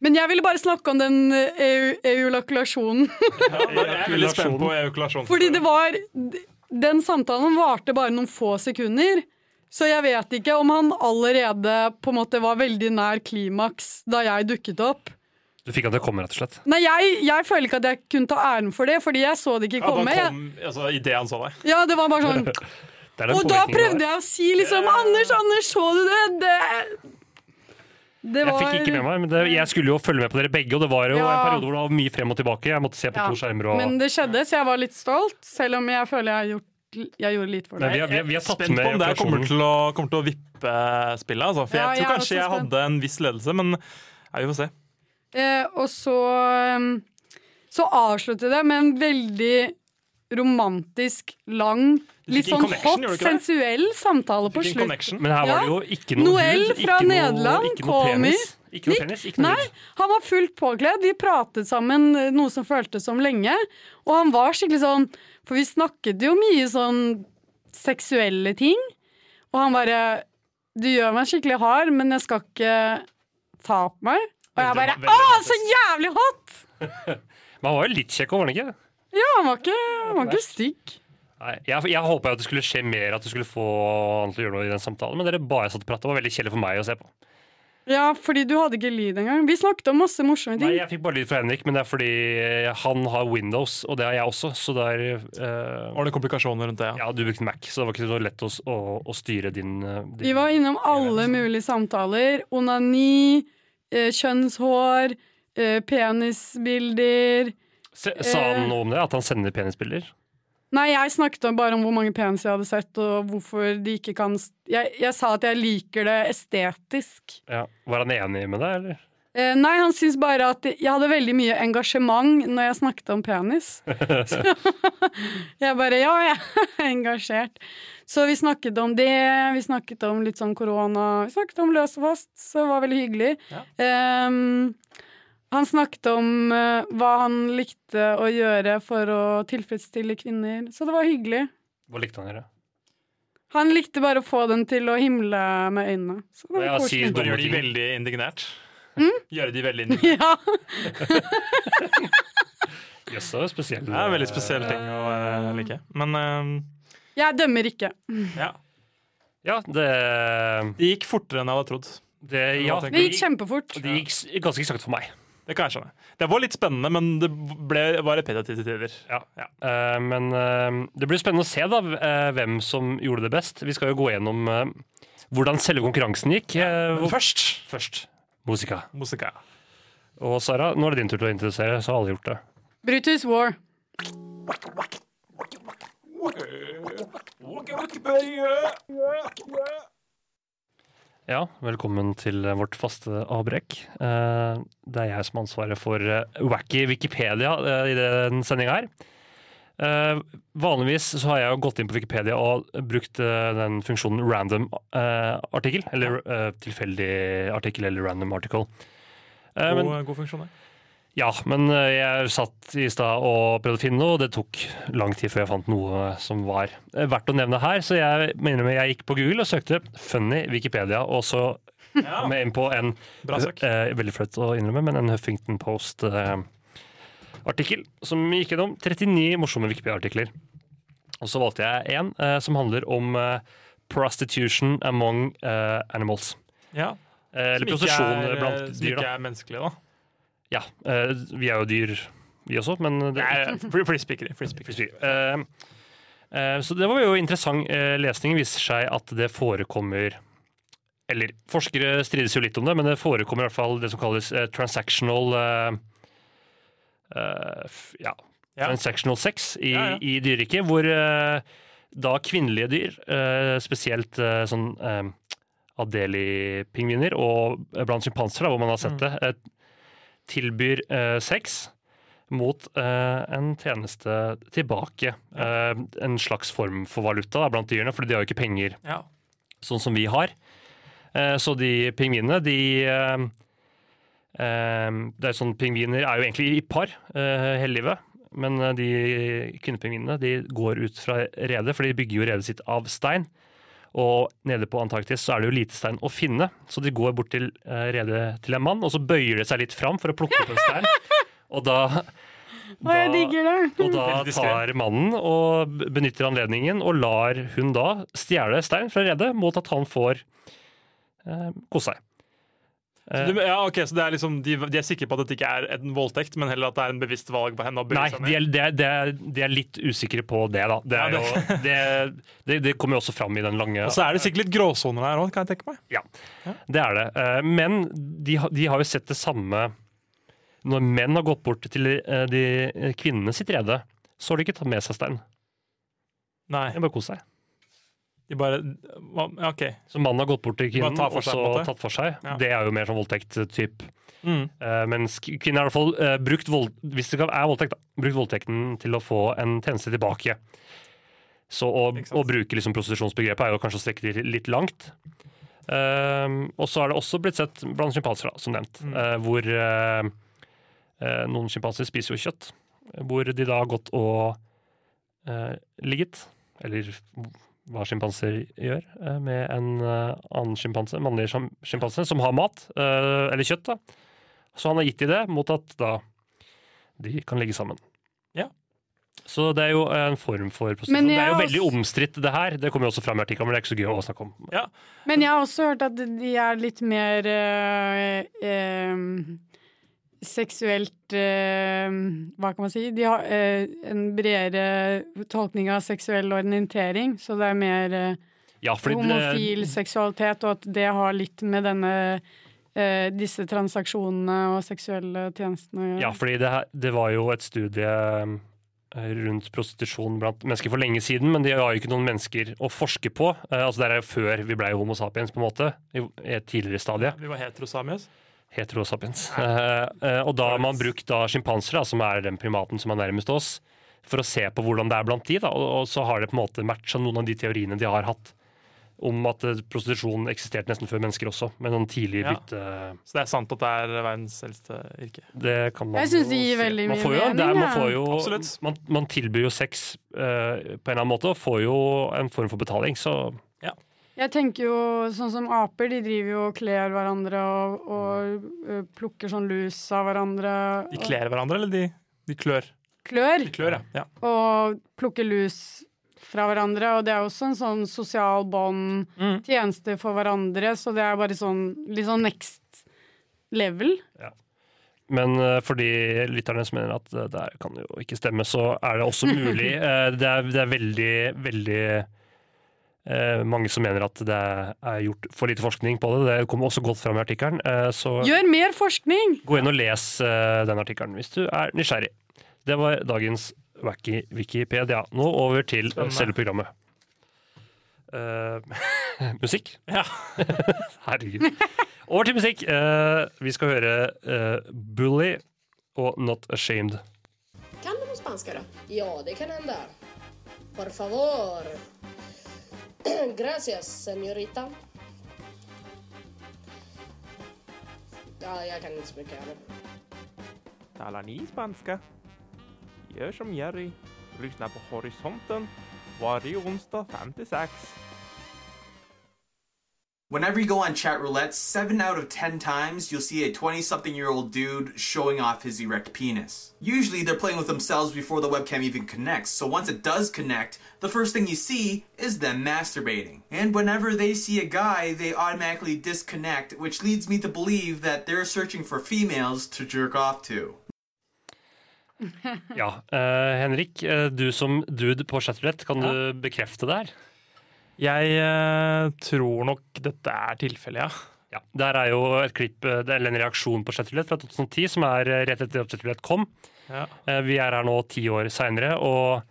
Men jeg ville bare snakke om den eh, eu- eulakulasjonen.
Jeg er veldig spent på eukulasjonen.
<laughs> Fordi det var Den samtalen varte bare noen få sekunder. Så jeg vet ikke om han allerede på en måte var veldig nær klimaks da jeg dukket opp.
Du fikk han til å komme, rett og slett.
Nei, jeg, jeg føler ikke at jeg kunne ta æren for det, fordi jeg så det ikke
At han
komme. Jeg,
kom altså, idet han så deg.
ja, det var bare sånn
Det er den
Og da
påvirkningen det er.
prøvde jeg å si liksom Anders, Anders, så du det? Det, det
Jeg fikk ikke med meg, men det, jeg skulle jo følge med på dere begge, og det var jo en
Ja.
periode hvor det var mye frem og tilbake. Jeg måtte se på
Ja,
to skjermer og
Men det skjedde, så jeg var litt stolt, selv om jeg føler jeg, har gjort, jeg gjorde litt for
Men
det.
vi har, vi har, vi har tatt
Spent
med
på om det her kommer
reaksjonen.
til å, kommer til å vippe spillet. Altså. For
Ja,
jeg tror
jeg er
kanskje
også
jeg
spent.
hadde en viss ledelse, men ja, vi får se.
Eh, og så um, så avsluttet jeg med en veldig romantisk, lang,
fikk
litt
en
sånn
connection,
hot,
gjorde du ikke det?
sensuell samtale på
Fikk en
slutt.
connection.
Men her var
Ja.
det jo ikke noe
Noel
hud, ikke
fra
noe-
Nederland
ikke noe
kom i.
penis, Ikke noe penis, ikke noe
Nei,
hud.
han var fullt påkledd. Vi pratet sammen eh, noe som føltes som lenge. Og han var skikkelig sånn For vi snakket jo mye sånn seksuelle ting. Og han bare Du gjør meg skikkelig hard, men jeg skal ikke ta på meg. Og jeg bare
Veldig
Å,
dramatisk.
så jævlig hot!
Men han var jo litt kjekk òg, var han ikke?
Ja, han var ikke, han var ikke stygg.
Nei, jeg, jeg håpa at det skulle skje mer, at du skulle få han til å gjøre noe i den samtalen, men dere bare satt og prata. Det var veldig kjedelig for meg å se på.
Ja, fordi du hadde ikke lyd engang. Vi snakket om masse morsomme
Nei,
ting.
jeg fikk bare lyd fra Henrik, men det er fordi eh, han har Windows, og det har jeg også, så det er eh,
Var det komplikasjoner rundt det?
Ja,
Ja.
du brukte Mac, så det var ikke så lett å, s- å, å styre din, eh, din
Vi var innom alle mulige samtaler. Onani, eh, kjønnshår, eh, penisbilder
Se, Sa han noe om det? At han sender penisbilder?
Nei, jeg snakket om- bare om hvor mange peniser jeg hadde sett, og hvorfor de ikke kan st- jeg, jeg sa at jeg liker det estetisk.
Ja. Var han enig med deg, eller?
Eh, nei, han syns bare at jeg hadde veldig mye engasjement når jeg snakket om
<laughs>
penis. Så jeg bare Ja, jeg er engasjert. Så vi snakket om det, vi snakket om litt sånn korona, vi snakket om løs og fast, så det var veldig hyggelig. Ehm, han snakket om eh, hva han likte å gjøre for å tilfredsstille kvinner, så det var hyggelig.
Hva likte han å gjøre?
Han likte bare å få dem til å himle med øynene. Så det
Ja,
var
sier
koselig.
du-
Gjør de veldig indignert?
Mm?
Gjør de veldig indignert?
<laughs> Ja.
Jøss, det var spesielt.
Det er en veldig spesiell ting å eh, like. Men eh,
Jeg dømmer ikke.
ja.
Ja, det,
Det gikk fortere enn jeg hadde trodd.
det ja,
tenker du?
Det gikk kjempefort.
det gikk s- ganske sakte for meg.
Det kan jeg skjønne. Det var litt spennende, men det ble, var repetitivt til tider.
Ja. Eh, men eh, det blir spennende å se da, eh, hvem som gjorde det best. Vi skal jo gå gjennom eh, hvordan selve konkurransen gikk. eh, hvor-
Først
først. Musika.
Musika.
Og Sara, nå er det din tur til å introdusere, så har alle gjort det.
Brutus War.
Ja, velkommen til eh, vårt faste avbrekk. Eh, det er jeg som har ansvaret for eh, wacky Wikipedia eh, i den sendinga her. Eh, vanligvis så har jeg jo gått inn på Wikipedia og brukt eh, den funksjonen random eh, artikkel, eller eh, tilfeldig artikkel eller random article. Eh, men-
God, god funksjon, det.
Ja, men eh, jeg satt i stad og prøvde å finne noe, og det tok lang tid før jeg fant noe som var eh, verdt å nevne her. Så jeg mener med jeg gikk på Google og søkte 'funny Wikipedia', og så
Ja.
kom jeg inn på en
Bra søk.
eh, veldig flaut å innrømme, men en Huffington Post-artikkel som gikk gjennom 39 morsomme Wikipedia-artikler. Og så valgte jeg en eh, som handler om eh, prostitution among eh, animals.
Ja.
Eh,
Som
eller
ikke
prostitusjon
er, eh,
blant
som
dyr, da.
ikke er menneskelig, da.
Ja, eh, vi er jo dyr vi også, men det,
Nei, fri- Flispikeri. flispikeri.
Frisbee. Eh, eh, Så det var jo interessant eh, lesning. Viser seg at det forekommer Eller forskere strides jo litt om det, men det forekommer i hvert fall det som kalles eh, transactional eh, eh, f- ja,
Ja.
transactional sex i,
Ja, ja.
i dyreriket, hvor eh, da kvinnelige dyr, eh, spesielt eh, sånn eh, Adeli-pingviner og eh, blant sjimpanser, da, hvor man har
Mm.
sett det, eh, tilbyr eh, sex mot eh, en tjeneste tilbake. Eh, en slags form for valuta da, blant dyrene, for de har jo ikke penger
Ja.
sånn som vi har. Eh, så de pingvinene, de eh, eh, Det er sånn pingviner er jo egentlig i par eh, hele livet. Men eh, de kvinnepingvinene de går ut fra redet, for de bygger jo redet sitt av stein. Og nede på Antarktis så er det jo lite stein å finne, så de går bort til eh, redet til en mann, og så bøyer de seg litt fram for å plukke opp en stein. Og da,
Å, jeg
da
digger det.
og da
Veldig diskret.
tar mannen og b- benytter anledningen og lar hun da stjele stein fra redet mot at han får eh, kose seg.
Så Du, ja, ok, så det er liksom, de, de er sikre på at dette ikke er en voldtekt, men heller at det er en bevisst valg på henne å bry
Nei,
seg
de
ned?
er, de, er, de, er, de er litt usikre på det, da. Det, er
Ja,
jo, det, det, det kommer jo også fram i den lange
Og så er det sikkert litt gråsoner her òg, kan jeg tenke meg.
Ja, det er det. Eh, Men de, har- de har jo sett det samme Når menn har gått bort til eh, de eh, kvinnene sitt rede, så har de ikke tatt med seg stein.
Nei,
De har bare kost seg.
de De bare hva- ja, OK.
Så mannen har gått bort til
Bare
kvinnen
ta for
og
seg,
så
på en måte.
tatt for seg.
Ja.
Det er jo mer sånn voldtekt-typ.
Mm.
Eh, mens k- kvinnen har i hvert fall eh, brukt vold, hvis det kan- er voldtekt, da, brukt voldtekten til å få en tjeneste tilbake. Så å,
Ikke sant.
å bruke liksom prostitusjonsbegrepet er jo kanskje å strekke det litt langt. Eh, og så er det også blitt sett blant sjimpanser, da, som nevnt, eh, hvor eh, eh, noen sjimpanser spiser jo kjøtt. Hvor de da har gått og eh, ligget, eller hva sjimpanser gjør, eh, med en eh, annen sjimpanse, mannlig sjam- sjimpanse, som har mat, eh, eller kjøtt, da. Så han har gitt de det, mot at da de kan ligge sammen.
Ja.
Så det er jo en form for
Men
prostitusjon. Det er jo
jeg
veldig
også-
omstridt, det her. Det kommer jo også fram i artikkelen, men det er ikke så gøy å snakke om.
Men jeg har også hørt at de er litt mer eh, eh, seksuelt eh, Hva kan man si? De har eh, en bredere tolkning av seksuell orientering, så det er mer eh,
Ja, fordi det-
homofil seksualitet, og at det har litt med denne eh, disse transaksjonene og seksuelle tjenestene å gjøre.
Ja, fordi det, her- det var jo et studie eh, rundt prostitusjon blant mennesker for lenge siden, men de har jo ikke noen mennesker å forske på. Eh, altså Det er jo før vi ble homo sapiens, på en måte, i i et tidligere stadie.
Vi var heterosamias.
Hetero sapiens. <laughs> Eh, eh, og da har man brukt da sjimpanser, da, som er den primaten som er nærmest oss, for å se på hvordan det er blant de, da. Og, og så har det på en måte matcha noen av de teoriene de har hatt om at eh, prostitusjon eksisterte nesten før mennesker også, med noen tidlig
Ja.
bytte.
Så det er sant at det er verdens eldste yrke.
Det kan man
Jeg synes det
jo
gir
se.
veldig
Man
mye
får jo- det er-
mening,
Man,
ja.
får jo-
Absolutt.
man, man tilbyr jo sex eh, på en eller annen måte, og får jo en form for betaling, så
Jeg tenker jo sånn som aper, de driver jo og kler hverandre og, og eh, plukker sånn lus av hverandre.
De
og-
kler hverandre, eller de, de klør?
klør.
De klør, ja. ja.
og plukke lus fra hverandre, og det er også en sånn sosial bånd,
Mm.
tjeneste for hverandre, så det er bare sånn litt sånn next level.
Men eh, for de lytterne som mener at eh, det her kan jo ikke stemme, så er det også mulig.
<laughs>
Eh, Det er, det er veldig, veldig eh, mange som mener at det er gjort for lite forskning på det. Det kommer også godt fram i artikkelen. eh, Så
Gjør mer forskning!
gå inn og les eh, den artikkelen hvis du er nysgjerrig. Det var dagens wacky Wikipedia. Nå over til eh,
Spennende.
selve programmet. Eh, <laughs> musikk.
Ja.
Herregud. Over til musikk. Eh, vi skal høre eh, Bully og Not Ashamed.
Kan du på spanska då? Ja, det kan hända. Por favor. <clears throat> Gracias, señorita. Ja, jag kan inte så mycket heller.
Talar ni spanska? Gör som Jerry. Lyssna på Horisonten varje onsdag 5 till 6.
Whenever you go on chat roulette, 7 out of 10 times you'll see a 20 something year old dude showing off his erect penis. Usually they're playing with themselves before the webcam even connects, so once it does connect, the first thing you see is them masturbating. And whenever they see a guy, they automatically disconnect, which leads me to believe that they're searching for females to jerk off to.
Ja, eh, Henrik, eh, du som dude på Chatterlett, kan du bekrefte det her?
Jeg eh, tror nok dette er tilfellet, ja.
Ja, Der er jo et klipp, eh, det er en reaksjon på Chatterlett fra 2010, som er eh, rett etter at Chatterlett kom.
ja.
Eh, Vi er her nå ti år seinere, og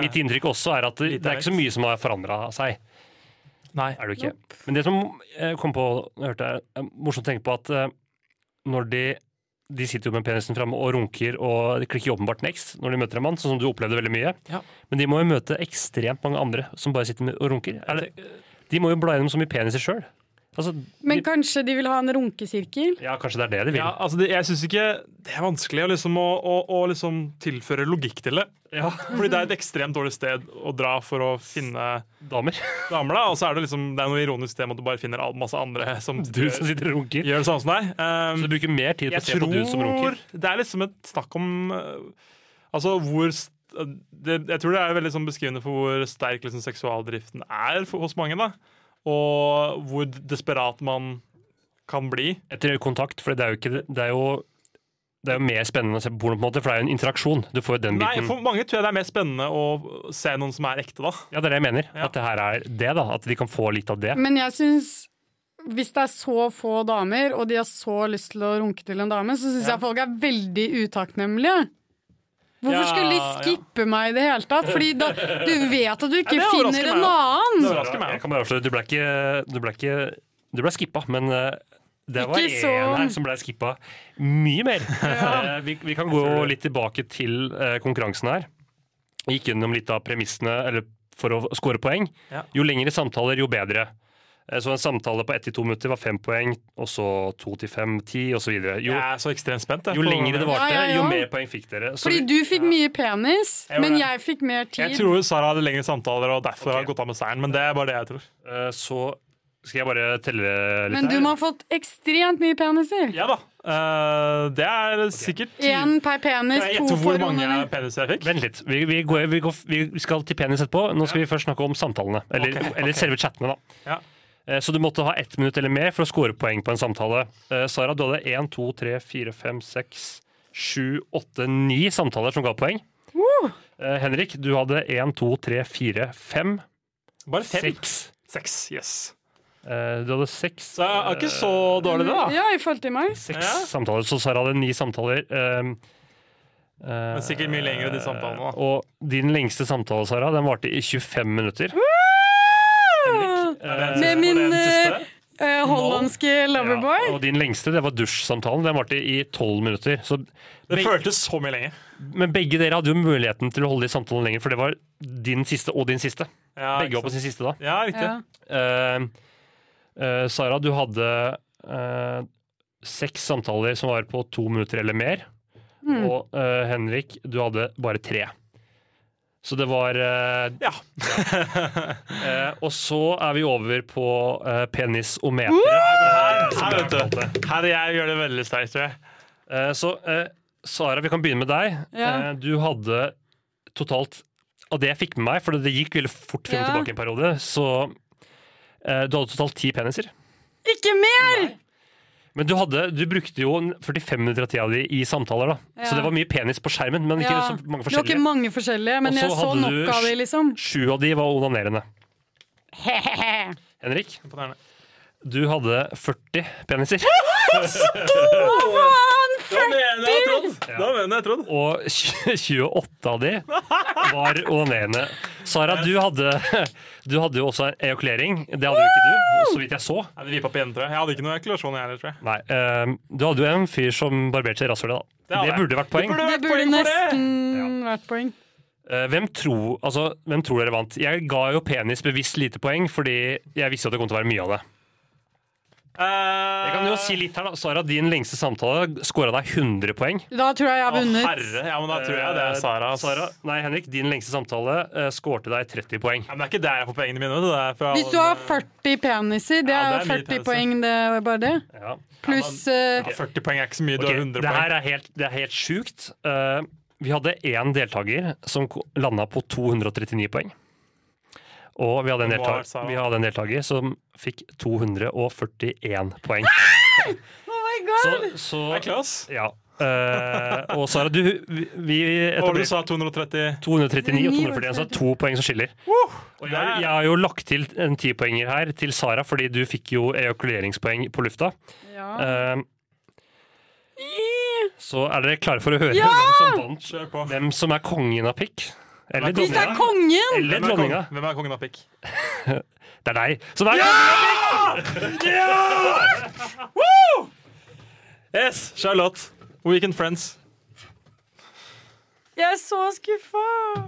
mitt inntrykk også er at det, det er ikke så mye som har forandra seg.
Nei.
er det jo ikke. Men det som eh, kom på, hørte jeg, er morsomt å tenke på at eh, når de de sitter jo med penisen framme og runker og de klikker jo åpenbart next når de møter en mann, sånn som du opplevde veldig mye.
Ja.
Men de må jo møte ekstremt mange andre som bare sitter med og runker. Er det, de må jo bla gjennom så mye peniser sjøl. Altså, de,
Men kanskje de vil ha en runkesirkel?
ja, kanskje det er det de vil.
Ja, altså det, jeg syns ikke det er vanskelig å, liksom, å, å, å liksom tilføre logikk til det. Fordi det er et ekstremt dårlig sted å dra for å finne
Damer. <laughs>
damer. da Og så er det liksom, det er noe ironisk det med at du bare finner all- masse andre som
Du som sitter og runker.
gjør det samme som deg. Um,
Så du bruker mer tid på å se på du som runker.
Det er liksom et snakk om eh, Altså hvor st- det, Jeg tror det er veldig sånn beskrivende for hvor sterk liksom, seksualdriften er for, hos mange. da Og hvor desperat man kan bli.
etter kontakt, for det er jo ikke Det er jo, det er jo mer spennende å se på porno, på en måte, for det er jo en interaksjon. Du får jo den
Nei,
biten.
For mange tror jeg det er mer spennende å se noen som er ekte, da.
Ja, det er det jeg mener.
Ja.
At det her er det, da. At de kan få litt av det.
Men jeg syns hvis det er så få damer, og de har så lyst til å runke til en dame, så syns jeg folk er veldig utakknemlige. Hvorfor
Ja,
skulle de skippe meg i det hele tatt? Fordi da, du vet at du ikke
Ja, det overrasker
finner en
meg
annen!
Det overrasker meg.
Jeg kan bare avsløre, du ble ikke Du ble, ikke, du ble skippa, men eh, det var
Ikke
én
så-
her som ble skippa mye
<laughs>
mer. Eh, Vi, vi kan gå litt tilbake til eh, konkurransen her. Vi gikk gjennom litt av premissene eller for å score poeng.
Ja.
Jo lengre samtaler, jo bedre. Eh, Så en samtale på ett til to minutter var fem poeng, og så to til fem, ti osv. Jo,
Jeg er så ekstremt spent. jeg,
jo
på-
lengre det
Ja,
varte,
ja, ja.
jo mer poeng fikk dere. Så
Fordi
vi-
du fikk mye penis,
Jeg gjorde
men
det.
jeg fikk mer tid.
Jeg tror Sara hadde lengre samtaler og derfor har gått av med seieren. Men det er bare det jeg tror.
eh, så skal jeg bare telle litt
Men du
her.
må ha fått ekstremt mye peniser.
Ja da. Eh, det er sikkert
Én per penis,
Kan jeg
to
gjette
for
hvor mange
onani.
peniser jeg fikk?
Vent litt. Vi, vi, går, vi, går, vi skal til penis etterpå. Nå skal vi først snakke om samtalene. Eller,
Ok, ok.
eller selve chattene, da.
Ja.
Eh, Så du måtte ha ett minutt eller mer for å score poeng på en samtale. Eh, Sara, du hadde én, to, tre, fire, fem, seks, sju, åtte, ni samtaler som ga poeng. Eh, Henrik, du hadde én, to, tre, fire, fem,
Bare fem?
seks.
Seks. Yes.
Eh, Du hadde seks
Så jeg er ikke så dårlig, det, da.
Ja, i forhold til meg.
Seks
Ja.
samtaler, så Sara hadde ni samtaler. Um,
Men sikkert mye lengre, de samtalene, da.
Og din lengste samtale, Sara, den varte i 25 minutter.
Er det en
Med
siste?
min,
eh, Var det en siste?
eh, Eh, hollandske
Ja,
loverboy.
og din lengste, det var dusjsamtalen. Den varte i 12 minutter. Så,
Det
beg-
føltes så mye lenger.
men begge dere hadde jo muligheten til å holde de samtalene lenger, for det var din siste og din siste.
Ja,
Begge
ikke
var på
sant.
sin siste da.
ja riktig.
Ja.
Eh, eh, Sara, du hadde eh, seks samtaler som var på to minutter eller mer. Og eh, Henrik, du hadde bare tre. Så det var eh,
Ja.
eh, Og så er vi over på eh, penis og meter.
Her, her, vet du. her jeg gjør det veldig sterkt, tror jeg.
Eh, så eh, Sara, vi kan begynne med deg.
Ja.
Eh, du hadde totalt Av det jeg fikk med meg, for det gikk veldig fort frem og
Ja.
tilbake en periode, så eh, Du hadde totalt ti peniser.
Ikke mer!
Men du, hadde, du brukte jo 45 minutter av tida di i samtaler, da.
Ja.
Så det var mye penis på skjermen, men ikke
Ja.
så mange
Det var ikke
forskjellige.
mange forskjellige, men
Og så
jeg så
hadde
nok
du
av
sj- <laughs>
de, liksom.
Sju av de var onanerende. Henrik,
Imponerende.
du hadde 40
<laughs>
peniser.
Da mener jeg Trond! Da mener jeg Trond.
Og 28 av de var onanerende. Sara, du hadde, <laughs> du hadde jo også en ejakulering. Det hadde jo ikke du, så vidt jeg så.
Jeg hadde vippet opp igjen, tror jeg. Jeg hadde ikke noe ekkulasjon, jeg heller, tror jeg.
Nei, eh, Du hadde jo en fyr som barberte seg i rasshølet,
Det
da.
hadde
Det burde vært poeng.
Det
vært
burde
poeng for det.
nesten vært Mm, poeng.
Eh, Hvem tror, altså, hvem tror dere vant? Jeg ga jo penis bevisst lite poeng, fordi jeg visste at det kom til å være mye av det. Jeg kan jo si litt her da, Sara, din lengste samtale skåra deg 100 poeng.
Da tror jeg jeg har
Å,
vunnet.
herre. Ja, men da tror jeg det
Eh,
er Sara. ass.
Sara, nei, Henrik, din lengste samtale eh, skårte deg 30 poeng.
Ja, men det er ikke der jeg får pengene mine. vet du. Det er fra
Hvis du har 40 peniser, det
Ja,
er
det er mye
40
peniser.
poeng, det er bare det.
Ja.
Pluss eh,
Ja, 40 poeng er ikke så mye. Du
Ok,
har 100
det
poeng.
her er helt, det er helt sjukt. Eh, vi hadde én deltaker som landa på 239 poeng. Og vi hadde en
Det var
deltaker,
Sara.
vi hadde en deltaker som fikk 241 poeng.
Oh
Så,
Det er
så
klass.
ja. Eh, og Sara, du vi, vi- etter
Og du
blikk-
sa 230
239 og 241, så det er to poeng som skiller. Og jeg, jeg har jo lagt til en tipoenger her til Sara, fordi du fikk jo ejakuleringspoeng på lufta.
ja.
Eh, så er dere klare for å høre hvem som vant?
Kjør på.
Hvem som er kongen av pikk? Eller
Hvis det
dronninga?
er kongen!
Eller
Hvem er kongen-
dronninga?
Hvem er kongen av pikk?
Det er deg som er kongen!
Yes, Charlotte. Weekend Friends.
Jeg er så skuffa!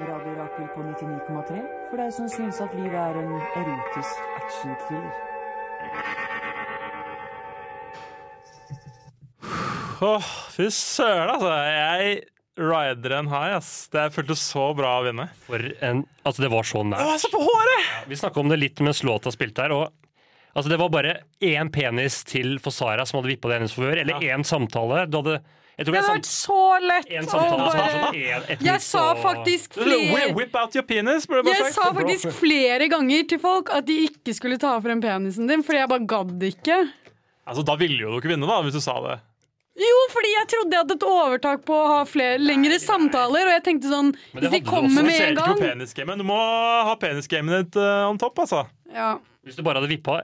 Radio Rakel på 99,3 for deg som syns at livet er en erotisk actionthriller.
Åh, fy søren, altså. Jeg rider en high, ass. Det føltes så bra å vinne.
For en, altså det var så nært.
så på håret!
Vi snakka om det litt mens låta spilte her. og altså Det var bare én penis til for Sara som hadde vippa det i hennes favør, eller én samtale. Du hadde jeg tror
Det
vi
har
har
vært så lett
en
å
samtale som var
bare
sånn en, et
Jeg
minutt
sa
og-
faktisk
Whip,
flere
whip out your penis, burde du bare
jeg
sagt.
sa faktisk flere ganger til folk at de ikke skulle ta frem penisen din, fordi jeg bare gadd ikke.
Altså, da ville jo du ikke vinne, da, hvis du sa det.
Jo, fordi jeg trodde jeg hadde et overtak på å ha flere, lengre samtaler, og jeg tenkte sånn
det
Hvis de
hadde du også.
kommer med
ser
en
ikke på
gang
penisgamet. Du må ha penisgamet ditt eh, on top, altså.
ja.
Hvis du bare hadde vippa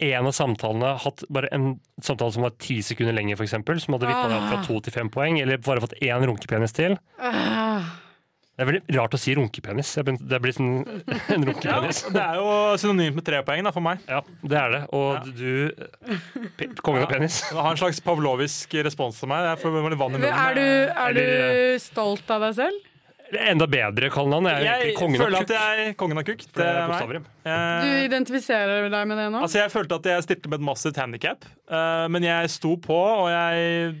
én av samtalene hatt bare en samtale som var ti sekunder lenger, f.eks., som hadde vippa deg opp fra to til fem poeng, eller bare fått én runkepenis til Det er veldig rart å si runkepenis. Jeg begynte- Det blir sånn en runkepenis.
<laughs> Det er jo synonymt med trepoeng da, for meg.
Ja, det er det. Og du pe- Kongen av penis.
Det har en slags pavlovisk respons til meg. Jeg får litt vann i munnen.
Er du, er
Eller-
eh,
du stolt av deg selv?
Enda bedre kallenavn. Jeg er jo
Jeg
egentlig kongen
føler
av Eh,
at
kukk.
jeg er kongen av kukk.
for det
Det
er
er meg.
bokstavrim.
Du
Eh,
identifiserer deg med det nå?
altså, jeg følte at jeg stilte med et massivt handikap, men jeg sto på, og jeg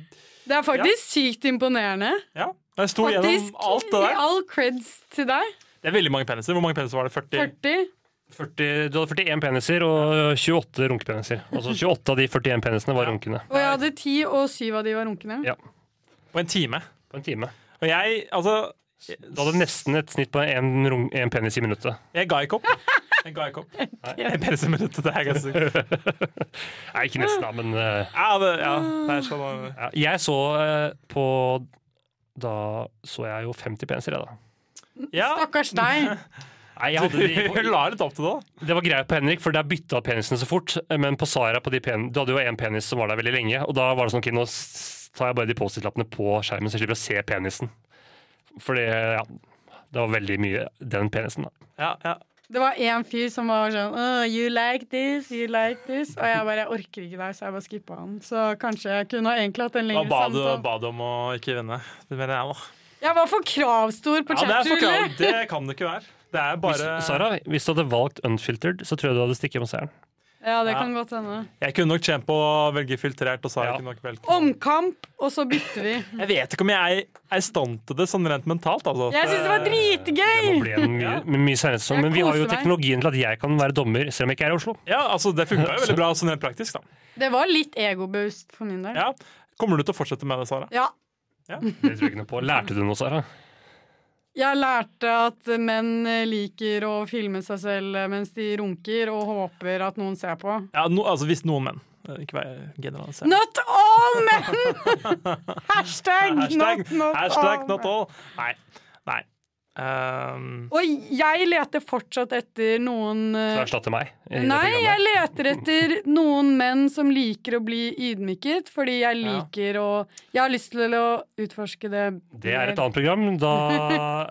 Det er faktisk sykt imponerende.
Ja. Jeg sto
Faktisk,
gjennom alt det
i
der.
all creds til deg.
Det er veldig mange peniser. Hvor mange peniser var det? 40?
40,
40.
du hadde 41 peniser og 28 runkepeniser. Altså 28 av de 41 penisene var runkene.
Og jeg hadde 10, og 7 av de var runkene.
Ja,
På en time.
på en time.
Og jeg, altså
Du hadde nesten et snitt på én rung- én penis i minuttet.
Jeg ga
<laughs>
ikke opp. Jeg ga ikke opp. En penis i minuttet, det er ganske
Nei, ikke nesten, da, men eh,
Ja, det, ja, det er sånn
ja. Jeg så eh, på Da så jeg jo 50 peniser, jeg, da.
Ja,
Stakkars deg.
Nei, jeg hadde de
du <laughs> la litt opp til det, da.
Det var greia på Henrik, for der bytta penisene så fort. Men på Sara på de pen, Du hadde jo én penis som var der veldig lenge, og da var det sånn ok, nå s- tar jeg bare de Post-It-lappene på skjermen, så jeg slipper å se penisen. Fordi, ja Det var veldig mye den penisen, da.
Ja, ja.
Det var én fyr som var sånn oh, You like this, you like this. Og jeg bare jeg orker ikke deg, så jeg bare skippa han. Så kanskje jeg kunne ha egentlig hatt en
Da
lengre
ba du,
samtale.
ba du om å ikke vinne. Det mener jeg, da.
Jeg var for kravstor på
Ja, det, er for
chatrullet.
klart. det kan det ikke være. Det er
Hvis,
bare
Sara, hvis du hadde valgt unfiltered, så tror jeg du hadde stikket med seieren.
Ja, det kan godt hende.
Jeg kunne nok tjent på å velge filtrert, og
Ja.
Sara kunne nok velge
Omkamp, og så bytter vi.
Jeg vet ikke om jeg er i stand til det sånn rent mentalt, altså.
Jeg syns det var
Det
dritgøy!
ble en mye, mye senere sesong,
Jeg
men vi har jo
koser meg.
teknologien til at jeg kan være dommer, selv om jeg ikke er i Oslo.
Ja, altså, det funka jo veldig bra sånn rent praktisk, da.
Det var litt egobeust for min del.
Ja. Kommer du til å fortsette med det, Sara?
Ja.
Det tror jeg ikke noe på. Lærte du noe, Sara?
Jeg lærte at menn liker å filme seg selv mens de runker, og håper at noen ser på.
Ja, no, altså hvis noen menn. Eh, Ikke vær generaliserende.
Not all
<laughs>
men! Hashtag,
Hashtag,
not, not,
hashtag
all
not
men.
all. Nei. Nei. Ehm,
Og jeg leter fortsatt etter noen eh,
Du erstatter meg. i dette
Nei,
programmet.
jeg leter etter noen menn som liker å bli ydmyket, fordi jeg
Ja.
liker å Jeg har lyst til å utforske det.
Det er et
mer.
annet program. Da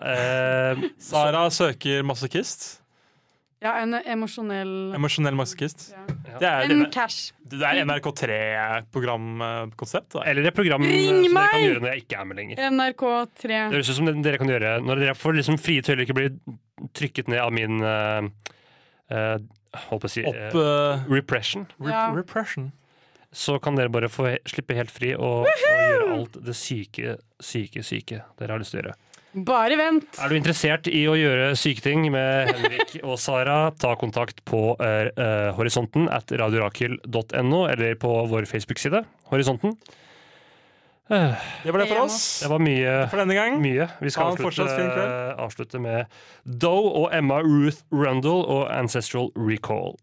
<laughs>
eh,
Sara søker masochist.
Ja, en emosjonell
Emosjonell masochist.
Ja.
Det er,
En
det-
cash.
det er NRK3-programkonsept.
Eller et program
Ring
som dere kan
meg!
gjøre når jeg ikke er med lenger.
NRK3.
Det høres ut som det dere kan gjøre når dere får liksom frie tøyler, ikke blir trykket ned av min uh, Holdt på å si eh,
Opp eh,
repression.
re
Ja.
repression.
Så kan dere bare få he slippe helt fri og, og gjøre alt det syke, syke, syke dere har lyst til å gjøre.
Bare vent.
Er du interessert i å gjøre syke ting med Henrik og Sara, ta kontakt på eh, eh, horisonten at radiorakel.no, eller på vår Facebook-side, Horisonten.
Det var det for oss.
Det var mye,
For denne gang.
mye. Vi
Ha
skal
en fortsatt fin
avslutte,
kveld.
avslutte med Doe og Emma Ruth Rundle og Ancestral Recall.